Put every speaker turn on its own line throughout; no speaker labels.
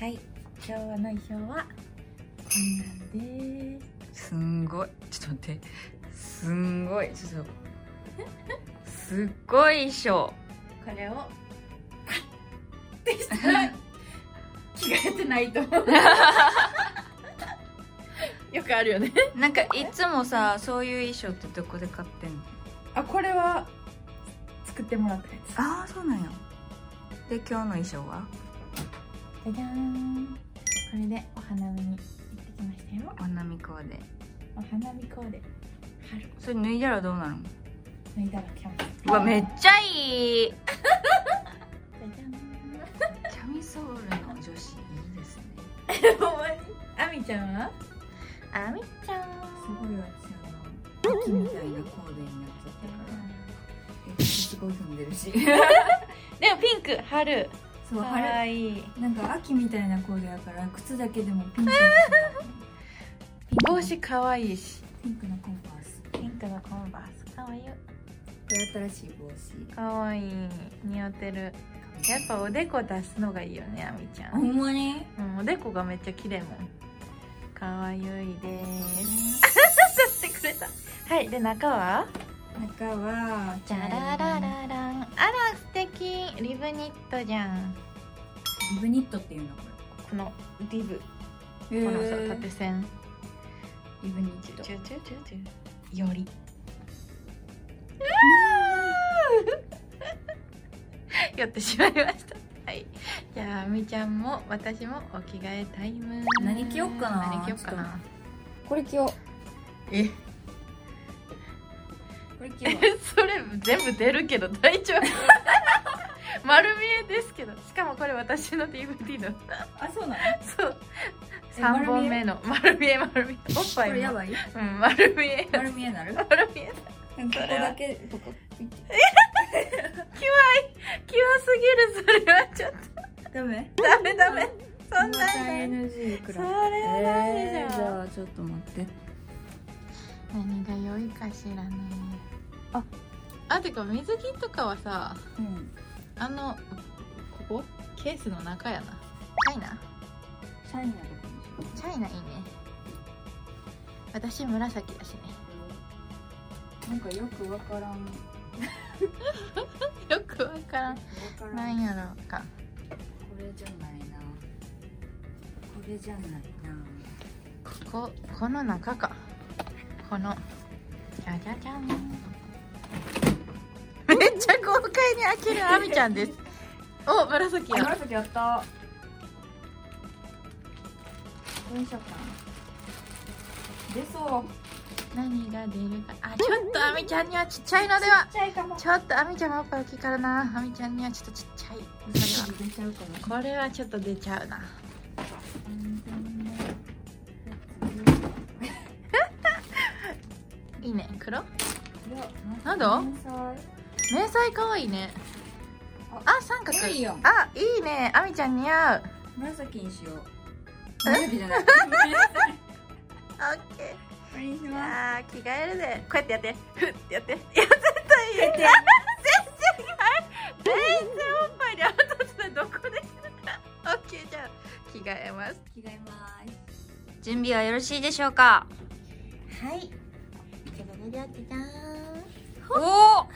はい今日の衣装はこんなんです
すんごいちょっと待ってすんごいちょっとすっごい衣装
これをパッてしたら着替えてないと思うよくあるよね
なんかいつもさそういう衣装ってどこで買ってんの
あこれは作ってもらったやつ
ああそうなんやで今日の衣装は
じゃじゃーんこれでお花見に行ってきましたよ
お花見コーデ
お花見コーデ春
それ脱いだらどうなの
脱いだらキャンプ
うわめっちゃいい
じゃじゃーん
キャミソールの女子いいですね
ほんまにあみちゃんは
あみちゃん
すごい私あの秋みたいなコーデになっちゃったからえすごい踏んで るし
でもピンク春
そう
かわ
春
いい
なんか秋みたいなコーデやから靴だけでもピンクの
帽子かわいいし
ピンクのコンパース
ピンクのコンバースかわいい
これ新しい帽
かわいい似合ってるやっ
子
ぱおでこ出すのがいいよねあみちゃ
ほ
ん、
んまに
うん、おでこがめっちゃ綺麗もんかわいいです出してくれたはいで中は
中は
じゃららららんあら素敵リブニットじゃん
リブニットっていうのこ
このリブ
れ
このさ縦線
リブニット
チュチュチュチュより やってしまいましたはいじゃあみーちゃんも私もお着替えタイム
何着よっかな
何着よっかな
これ着よう
え
これ着よ
それ全部出るけど大 丈夫丸見えですけどしかもこれ私の DVD の
あそうなの
そう
え
3本目の丸見え丸見えおっ
こ
ぱい
れや
も
ばい
うん、丸見え
丸見えなるこ
丸見え
こだけここ
キュアすぎるそれはちょっと
ダメ
ダメダメそん
ま
な
た
ん
NG く
それ
らい
はダメじ
えー
ゃ
じ
ん、
ゃあちょっと待って
何が良いかしらねああてか水着とかはさ
うん
あのここケースの中やなチャイナ
シャイなとこにしよう
チャイナいいね私紫だしね
なんかよくわからん。わ
よくわからん
から。
なんんやろうか
これじゃないな。これじゃないな。
こここの中かこのじゃじゃじ ゃんめっちゃ豪快に開けるアミちゃんです お紫や
紫やった。どうしようかな。出そう。
何が出るかあちょっとあみちゃんにはちっちゃいのでは
ちっちゃいかも。
ちょっとあみちゃんはおっぱい大きいからなあみちゃんにはちょっとちっちゃいそ
出ちゃうか
れはこれはちょっと出ちゃうないいね黒
な。
なんだ迷彩かわいいね
あ
あ三角
いいよ
あいいねあみちゃん似合う
紫にしよう。
え
紫じゃない。こ
オッケー
れにします。
あー着替えるでこうやってやってふってやっていや絶対いい全然全然おっぱいに当たってないどこでオッケーじゃあ着替えます
着替えます。
準備はよろしいでしょうか
はいじゃじゃじゃじゃん
おお
お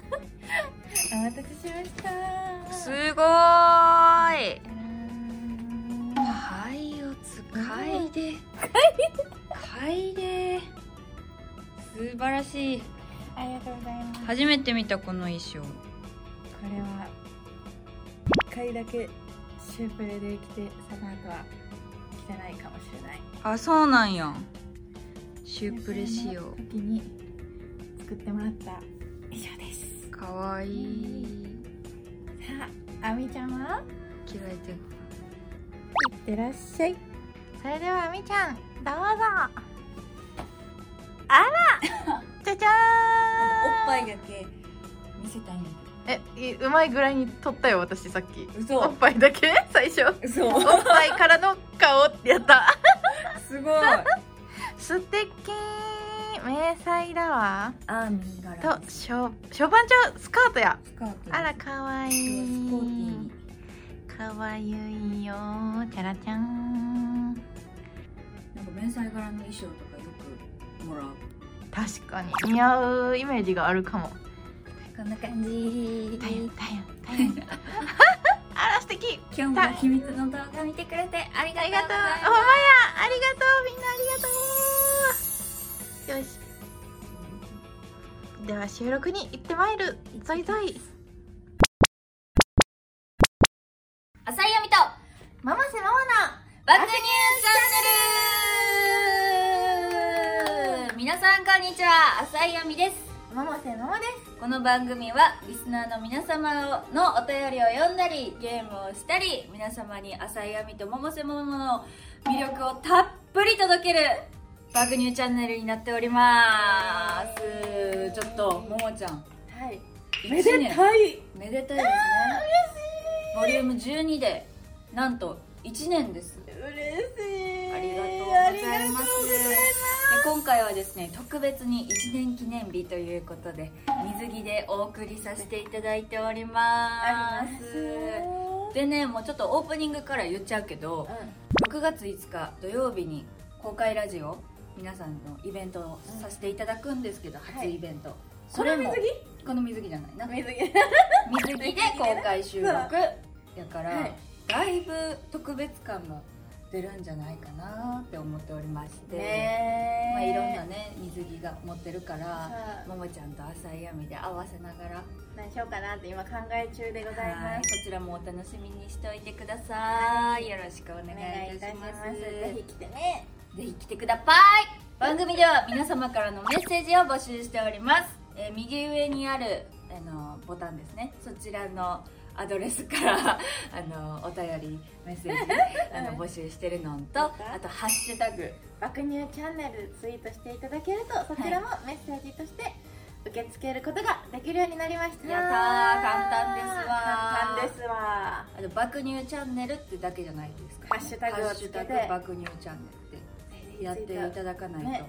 待たせしました
すごーい
は
灰を使いで貝で素晴らしい
ありがとうございますこ
初めて見たこの衣装
れは一回だけシュープレで着てその後は着てないかもしれない
あそうなんやシュープレ仕様
時に作ってもらった以上です
かわいい
さああみちゃんは
着替えて
いってらっしゃいそれではあみちゃんどうぞあらじゃじゃ
おっぱいだけ見せたいんだ
ーんえいうまいぐらいに撮ったよ私さっき
けど。
お
嘘
っ。ぱいだけ最初
嘘。
おっぱいからの顔ってやった
すごい。ア
素敵迷彩だわ
ーミー柄
と
の
しょ小番長スカートや
スカート。
あらかわい
スポーティー
い
に。
か
かわゆいよチャラちゃん
なんか迷彩柄の衣装とかよくもらう
確かに似合うイメージがあるかも
こんな感じ
太陽太陽太陽 あら素敵
今日も秘密の動画見てくれてありがとうございます
ありがとうほんまやありがとうみんなありがとうよしでは収録に行ってまいるぞいぞい
浅井亜美と
ママセママナ
爆乳チャンネル皆さんこんにちは浅井亜美です
ママセママです
この番組はリスナーの皆様のお便りを読んだりゲームをしたり皆様に浅井亜美と百瀬桃の魅力をたっぷり届ける爆乳チャンネルになっておりますちょっとももちゃん
はい
めでた
い
めでたいですねボリューム12でなんと1年です
嬉しい
ありがとうご
あ
ざ
り
い
が
ます
とうございます
で今回はですね特別に1年記念日ということで水着でお送りさせていただいておりま
あ
す
ります
でねもうちょっとオープニングから言っちゃうけど6月5日土曜日に公開ラジオ皆さんのイベントをさせていただくんですけど、初イベント、
これ水
着この水着じゃないな
着水着
水着で公開収録やから、
はい
だいぶ特別感が出るんじゃないかなって思っておりまして、
ね
まあ、いろんな
ね
ね水着が持ってるからももちゃんと浅い闇で合わせながら
何しようかなって今考え中でござい
は
ま
い
す
そちらもお楽しみにしておいてくださいよろしくお
お
願
願
い
い
い
い
た
た
し
し
ま
ますすぜひ来てね
ぜひ来てください番組では皆様からのメッセージを募集しております、えー右上にあるあのボタンですねそちらのアドレスから あのお便りメッセー ジあの募集してるのんとあと「ハッシュタグ
爆乳チャンネルツイートしていただけるとそちらもメッセージとして受け付けることができるようになりました
やったー簡単ですわー
簡単ですわ
あと爆乳チャンネルってだけじゃないですか、
ハッシュタグをつけ
ハ
て
ッシュタグ爆乳チャンネルってやっていただかないと、
ね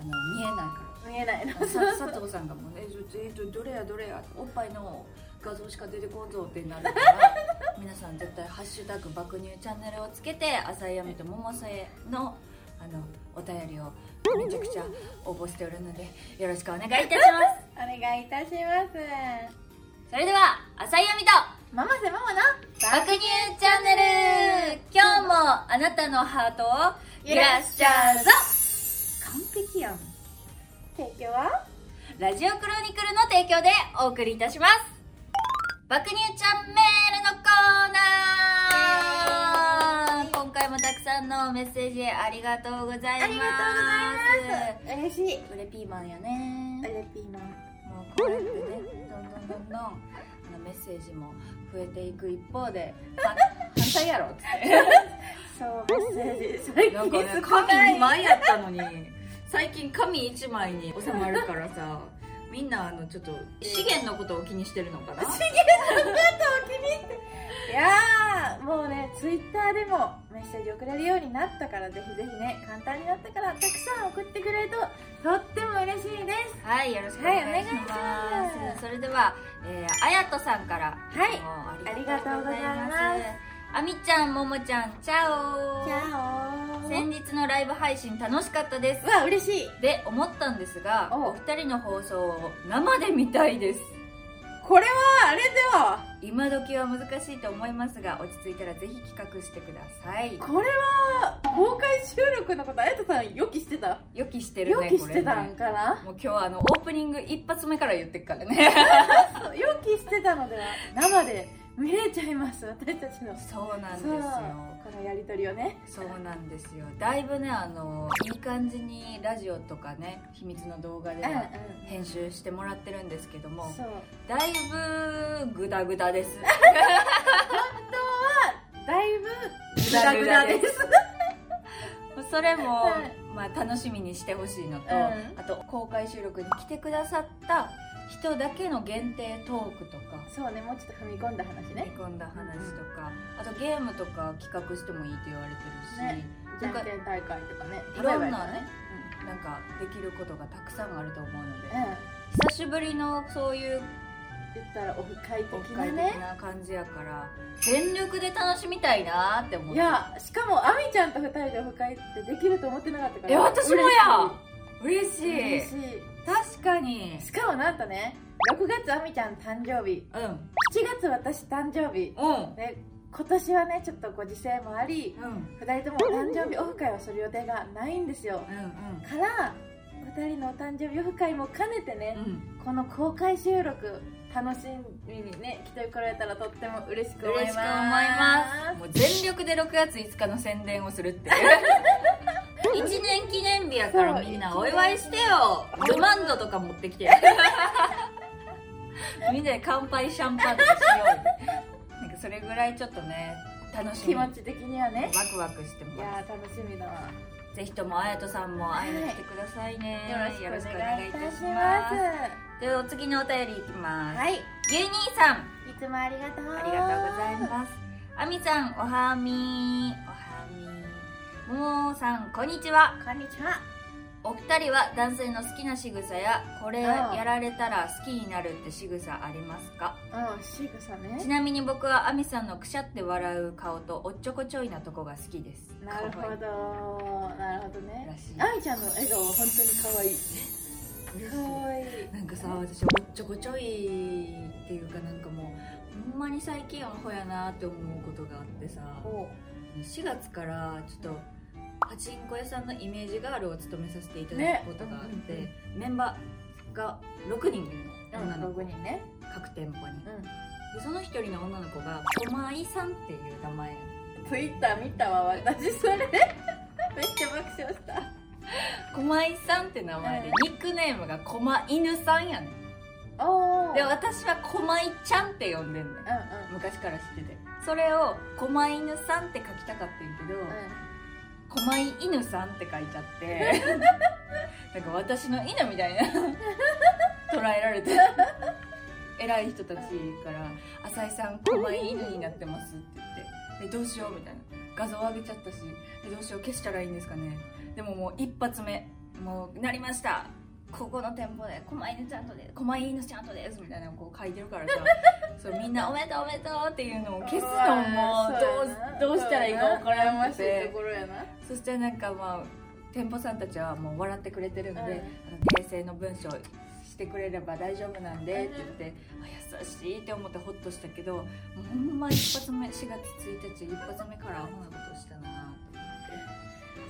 あの見えないから
見えないの
さ佐藤さんがもうね「えちょえちょどれやどれやおっぱいの画像しか出てこんぞ」ってなるから 皆さん絶対「ハッシュタグ爆乳チャンネル」をつけて浅井闇と百瀬のあのお便りをめちゃくちゃ応募しておるのでよろしくお願いいたします
お願いいたします
それでは浅井闇と
ママセママの
爆乳チャンネル今日もあなたのハートを揺らしちゃうぞ完璧やん
提供は
ラジオクロニクルの提供でお送りいたします爆乳ちゃんメールのコーナー
イエーイ
今回もたくさんのメッセージありがとうございます
ありがとうございます嬉しい
これピーマンやね
ウレピーマン
もうこうやってねどんどんどんどんあのメッセージも増えていく一方で反反対やろっつって
そうメッセージ最
なんかね
近少
紙
ない
2枚やったのに最近紙1枚に収まるからさみんなあのちょっと資源のことを気にしてるのかな
いやーもうねツイッターでもメッセージ送れるようになったからぜひぜひね簡単になったからたくさん送ってくれるととっても嬉しいです
はい、よろしくお願いします。
はいお願いします
それでは、えー、あやとさんから。
はい
い
ありがとうございます。
あみちゃん、ももちゃん、チャオ
じゃお
先日のライブ配信楽しかったです。
うわ嬉しい
で、思ったんですが、
お
お二人の放送を生で見たいです。
これはあれだ
今時は難しいと思いますが、落ち着いたらぜひ企画してください。
よこれは公開収録のことあやとさん予期してた
予期してる
予
ね、
期してた
これ
ん
ね
かな
もう今日はあの、オープニング一発目から言ってっから ね。
そう予期してたのでは生で見れちゃいます私たちの
そうなんです
そう
よ。
このやりとりをね
そうなんですよだいぶねあのいい感じにラジオとかね秘密の動画で
うんうん
は編集してもらってるんですけども
そう
だいぶグダグダです
だいぶ
グダグダですそれも、まあ、楽しみにしてほしいのと、
うん
あと公開収録に来てくださった人だけの限定トークとか
そうねもうちょっと踏み込んだ話
見
ね
込んだ話とかあとゲームとか企画してもいいって言われてるし、
ねじ
なん
ゃん
か
けん大会とかね
いろん
例えば
な
や
ね、うんなんかできることがたくさんあると思うので
つね
久しぶりのそういう
言ったらオフ会
オ
的
フ
な
会的
ね
な感じやから全力で楽しみたいなって思っ
い
て
やしかもあみちゃんと二人でオフ会ってできると思ってなかったから
いや私もや嬉しい
嬉しい嬉し
確かに
いしかもなんとね6月あみちゃん誕生日
うん
7月私誕生日
うん
で今年はねちょっとご時世もあり
うんうん
2人とも誕生日オフ会をする予定がないんですよから2人のお誕生日オフ会も兼ねてね
う、ん
この公開収録楽しみにね来てこられたらとっても嬉しく思いま
嬉
す
しく思いますもう全力で6月5日の宣伝をする っていう1年記念日やからみんなお祝いしてよルマンドとか持ってきて みんなで乾杯シャンパンとかしようなんかそれぐらいちょっとね楽しみ
気持ち的にはね
ワクワクして
い
ま
やー楽しみだわ
すぜひともあやとさんも会いに来てくださいね、
よろしくお願いいたします
ではお次のお便りいきます、
はいい
ゆいにーさん
つもありがとう
ありがとうございます。あみさん、おはみー。おはみー。ももさん、こんにちは。
こんにちは
お二人は男性の好きな仕草や、これ
ああ
やられたら好きになるって仕草ありますか
うんシークさん
ち
ね
なみに僕はあみさんのくしゃって笑う顔とおっちょこちょいなとこが好きです。
なるほ
可愛い
どなるほど
ら
ね
しい
あみちゃんの笑顔は本当に可愛い可愛い
なんかさ、私、おっちょこちょいっていうかなんかもう、ほんまに最近アホやなって思うことがあってさ。
お
4月からちょっとパチンコ屋さんのイメージガールを務めさせていただくことがあって、
ね
メンバーが6人いるの女の
6
子
人ね
各店舗にで
う
その1人の女の子が「とまいさん」っていう名前
ん Twitter 見たわ私それ めっちゃ爆笑した
こまいさんって名前で、
う
ニックネームがこま犬さんやねん
おお
で私はこまいちゃんって呼んでんねん
うんうん
昔から知っててそれをこま犬さんって書きたかったんやけど、こまい犬さんって書いちゃって なんか私の犬みたいな捉えられて偉い人たちから「浅井さんこまい犬になってます」って言って「えどうしよう」みたいな画像上げちゃったし「えどうしよう消したらいいんですかね」でももう一発目もうなりましたここの店舗で「こま犬ちゃんとでこま犬ちゃんとです」みたいなのこう書いてるから さそうみんな「おめでとうおめでとう」っていうのを消すのもどうどうしたらいいか分からなく
しい
て
ところやな
そしてなんかまあ店舗さんたちはもう笑ってくれてるので、
うん
あの訂正の文章してくれれば大丈夫なんでって言って、あ優しいって思ってほっとしたけどもうほんま一発目4月1日一発目からアホなことしたな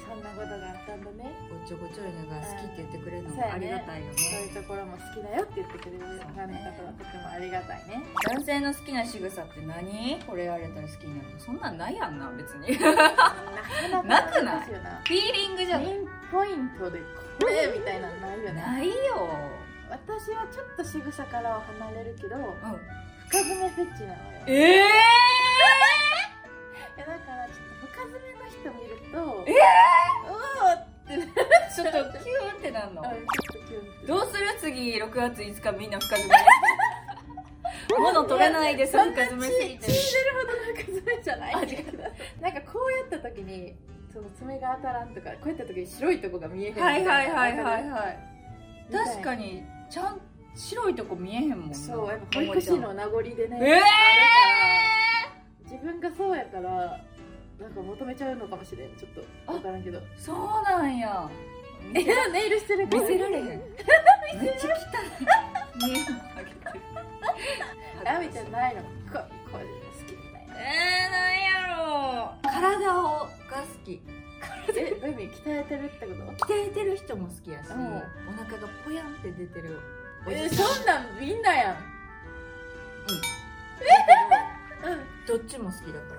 そんなことがあったんだね
おっちょこちょいのが好きって言ってくれるの
そうや
も
ね
ありがたいよね
そういうところも好きだよって言ってくれるファンの方はとてもありがたいね
男性の好きな仕草って何これやれたら好きになるのそんなんないやんな別 にフィー
な
なくない
いよな
リングじゃ
ピンポイントでこれみたいなのないよね
ないよ
私はちょっと仕草からは離れるけど
うん
深爪フェチなのよ
ええ
いやだからちょっと深爪の人見ると
え
うおーってなっ
ー、 ちょっとキュンってなんの
うんちょっとキュンって
どうする次6月5日みんな深爪物取れないです深爪すぎて
血血出るほどの爪じゃないんだけどなんかこうやった時にその爪が当たらんとかこうやった時に白いとこが見えへんみたいな
はい
みたいな
確かにちゃん白いとこ見えへんもんな
そうやっぱ保育士の名残でね
ええ
自分がそうやからなんか求めちゃうのかもしれんちょっと分からんけど
ー、そうなんや
え
見せ
ネイルしてる
見せられへんめっちゃ汚い見えへんあげてる
あみちゃんないのここれ好きみたいな
えー、なんやろう体をが好き
えどういう意味鍛えてるってこと
鍛えてる人も好きやし、
う
お
ん
腹がぽやんって出てるお
え
じさん
そんなんみんなやんうんうん
どっちも好きだから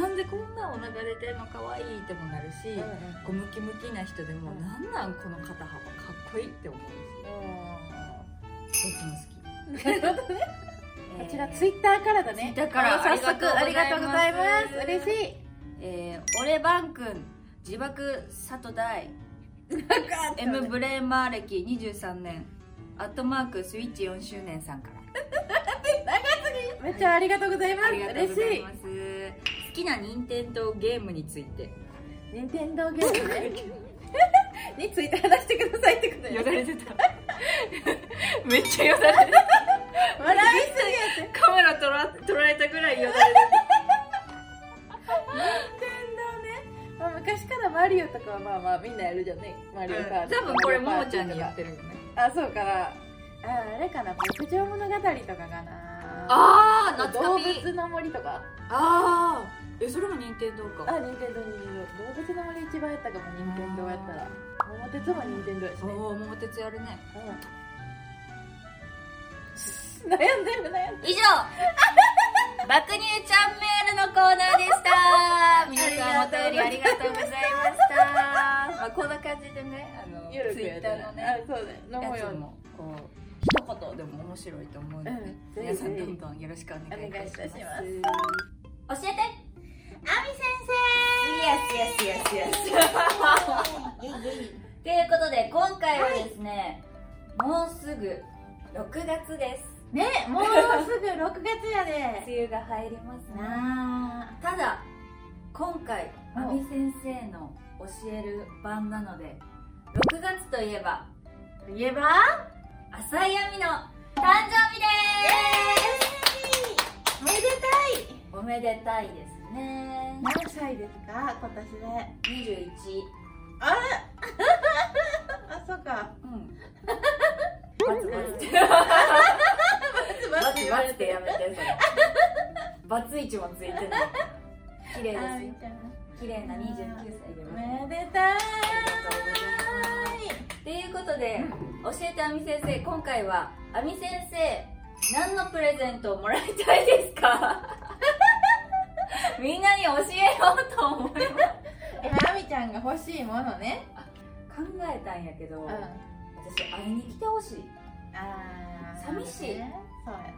なんでこんなお腹出てんの可愛いってもなるし、
うんうん
こうムキムキな人でも、
うん
なんなんこの肩幅かっこいいって思うしどっちも好
なるほどね
き
こちらツイッターからだね
ツイッターから
早速あ
あ
り
り
が
が
と
と
う
う
ご
ご
ざ
ざ
い
い
ま
ます
す嬉しい
えー、俺バン君自爆里大エムブレーマー歴23年アットマークスイッチ4周年さんから
めっちゃありがとうございます
ありがとうござ
嬉し
い
い
ます好きな任天堂ゲームについ て
任天堂ゲームね について話してくださいってこ と
よ
よ
だれ出ためっちゃよだれ出た
笑いすぎやって
カメラとら捉えたぐらいよだ
天童ね、まあ、昔からマリオとかはまあまあみんなやるじゃんねマリオカ
れ
ート
多分これももちゃんに
や
やってるよね
あそうかなああれかな牧場物語とかかな
ああ夏
動
旅
物の森とか
ああえそれも任天堂
あ
か
任天堂任天堂動物の森一番やったかも任天堂やったら桃鉄も任天堂やし
お
ね、
おー桃鉄やるね
うん、悩んでる悩んでる
以上爆乳ちゃんメールのコーナーでした 皆さんお便りありがとうございましたまあこんな感じでねあの
ゆる
ツ
く
イ
や
ッ
っ
タ
た
ーのね
あそうだよ飲もう
や
よ
つもこう一言でも面白いと思うので、
うん
皆さん
ぜ
どん
ひぜひ
どんよろしくお願いいたします
お願いいたします
教えてあみ先生イエスイエスイエスイエス ということで今回はですね、もうすぐ6月です
ねもうすぐ6月やで
梅雨が入りますね
な
ただ今回
お
まみ先生の教える番なので6月といえば
あ言えば
浅井亜美の誕生日です
おめでたい
おめでたいですね
何歳ですか今年で
21
あそうか
うんバツバツって
バ
バ
ツ
ツバツってやめてそれバツイチもついてない綺麗
あみ
で
ちゃん
す綺麗な29歳で
お
ございます
めでたい
ということで教えてあみ先生今回はあみ先生何のプレゼントをもらいたいですか みんなに教えようと思います
今あみちゃんが欲しいものね
考えたんやけど、
うん
私会いに来てほしい
あー
寂しい
そうや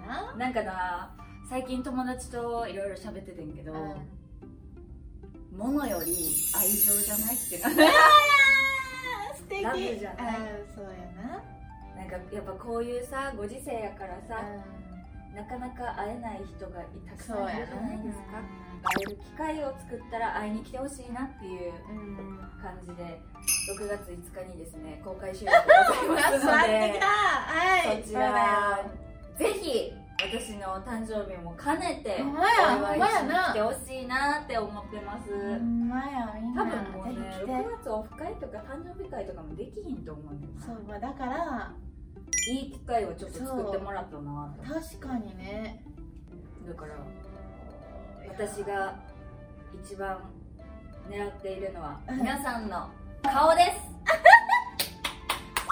な
なんかな最近友達といろいろ喋っててんけど、物より愛情じゃないってな
素敵
ラブじゃない
あーそうや
なんかやっぱこういうさご時世やからさ、
な
なかなか会えない人がたく
そ
さ
うんや
いるじゃない
な
ですか会える機会を作ったら会いに来てほしいなっていう
うん
感じで6月5日にですね公開収録をございますの
座 って
で
たはい
そちらぜひ私の誕生日も兼ねて
ほんまや
お祝いしに来てほしいなって思ってます
そうだよほんまやみん
多
な
分もうね
ぜひ来て
6月オフ会とか誕生日会とかもできひんと思うねんな
そうまあだから
いい機会をちょっと作ってもらったなと
確かにね
だから私が一番狙っているのは皆さんの顔です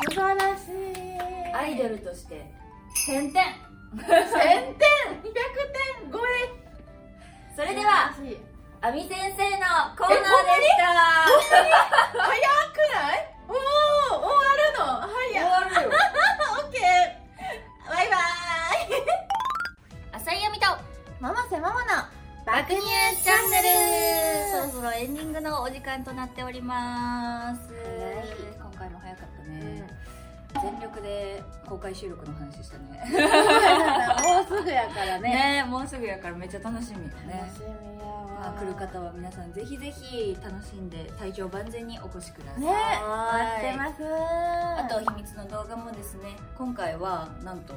素晴らしい
アイドルとして1000点
1000点200点超え
それでは
素晴らしい
あみ先生のコーナーでした
早くないおお終わるの早い
終わるよ
オッケーバイバイ
浅井亜美と
ママせママの
爆乳チャンネル
ル
そろそろエンディングのお時間となっております、
い
今回も早かったね、全力で公開収録の話したね
もうすぐやからね
ねもうすぐやからめっちゃ楽しみだね
楽しみやわ、
まあ、来る方は皆さんぜひぜひ楽しんで体調万全にお越しください
ね待ってますす
あ
あ
と秘密の動画もですね今回はなんと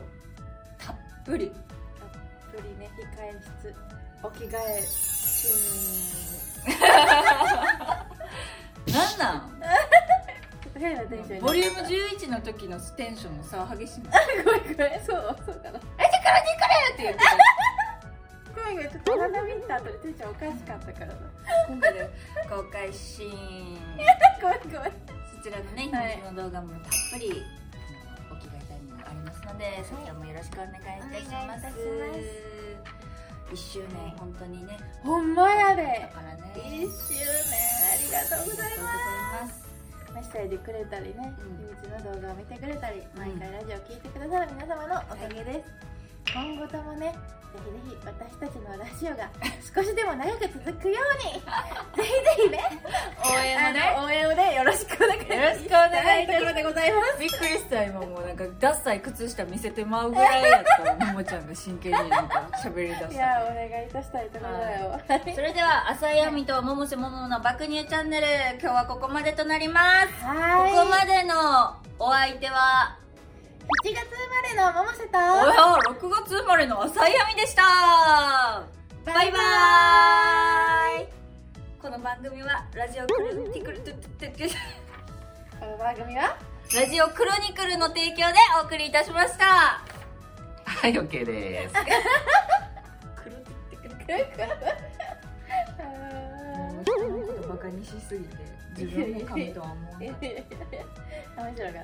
たっぷり
よりね控え室お着替え中
なんなん
に変なテンションに
ボリューム11の時のテンションの差は激しいな
ごめんごめんそうそうかな
っていう
ごめんごめんちょっと花見た後でテンションおかしかったからな
今回で公開シーン
ごめんごめん
そちらのね秘
はい
密の動画もたっぷりあのお着替えタイムがありますのでそちらもよろしくお願いいたし
お願
ま
いい
す
たし
1周年本当にね
ほんまやで
だからね
1周年ありがとう
ありがとうご
ございます
ざいます
メッセージくれたりね、
うん
秘密の動画を見てくれたり、
ん
毎回ラジオ聞いてくださる皆様のおかげです、今後ともねぜひぜひ私たちのラジオ が少しでも長く続くよう にぜひぜひね
応援を
あ
ね
の応援をねよろしくお願い
よろしくお願いい
とい
たしま
うこと
す
でございます
びっくりした今もうなんかダッサい靴下見せてまうぐらいやったらももちゃんが真剣になんか喋りだした
いやお願いいたしたいところだよ、はい
それでは浅井亜美と百瀬桃の爆乳チャンネル今日はここまでとなりますここまでのお相手は
7月生まれの百瀬と
おや6月生まれの浅井亜美でしたバイバーイこの番組はラジオクルティクルトゥトゥトゥ
この番組 は
ラジオクロニクルの提供でお送りいたしました
はい、OK です。
クルティクル
くるくる
もう人のことバカにしすぎて自分も神とは思わない
面白かったよ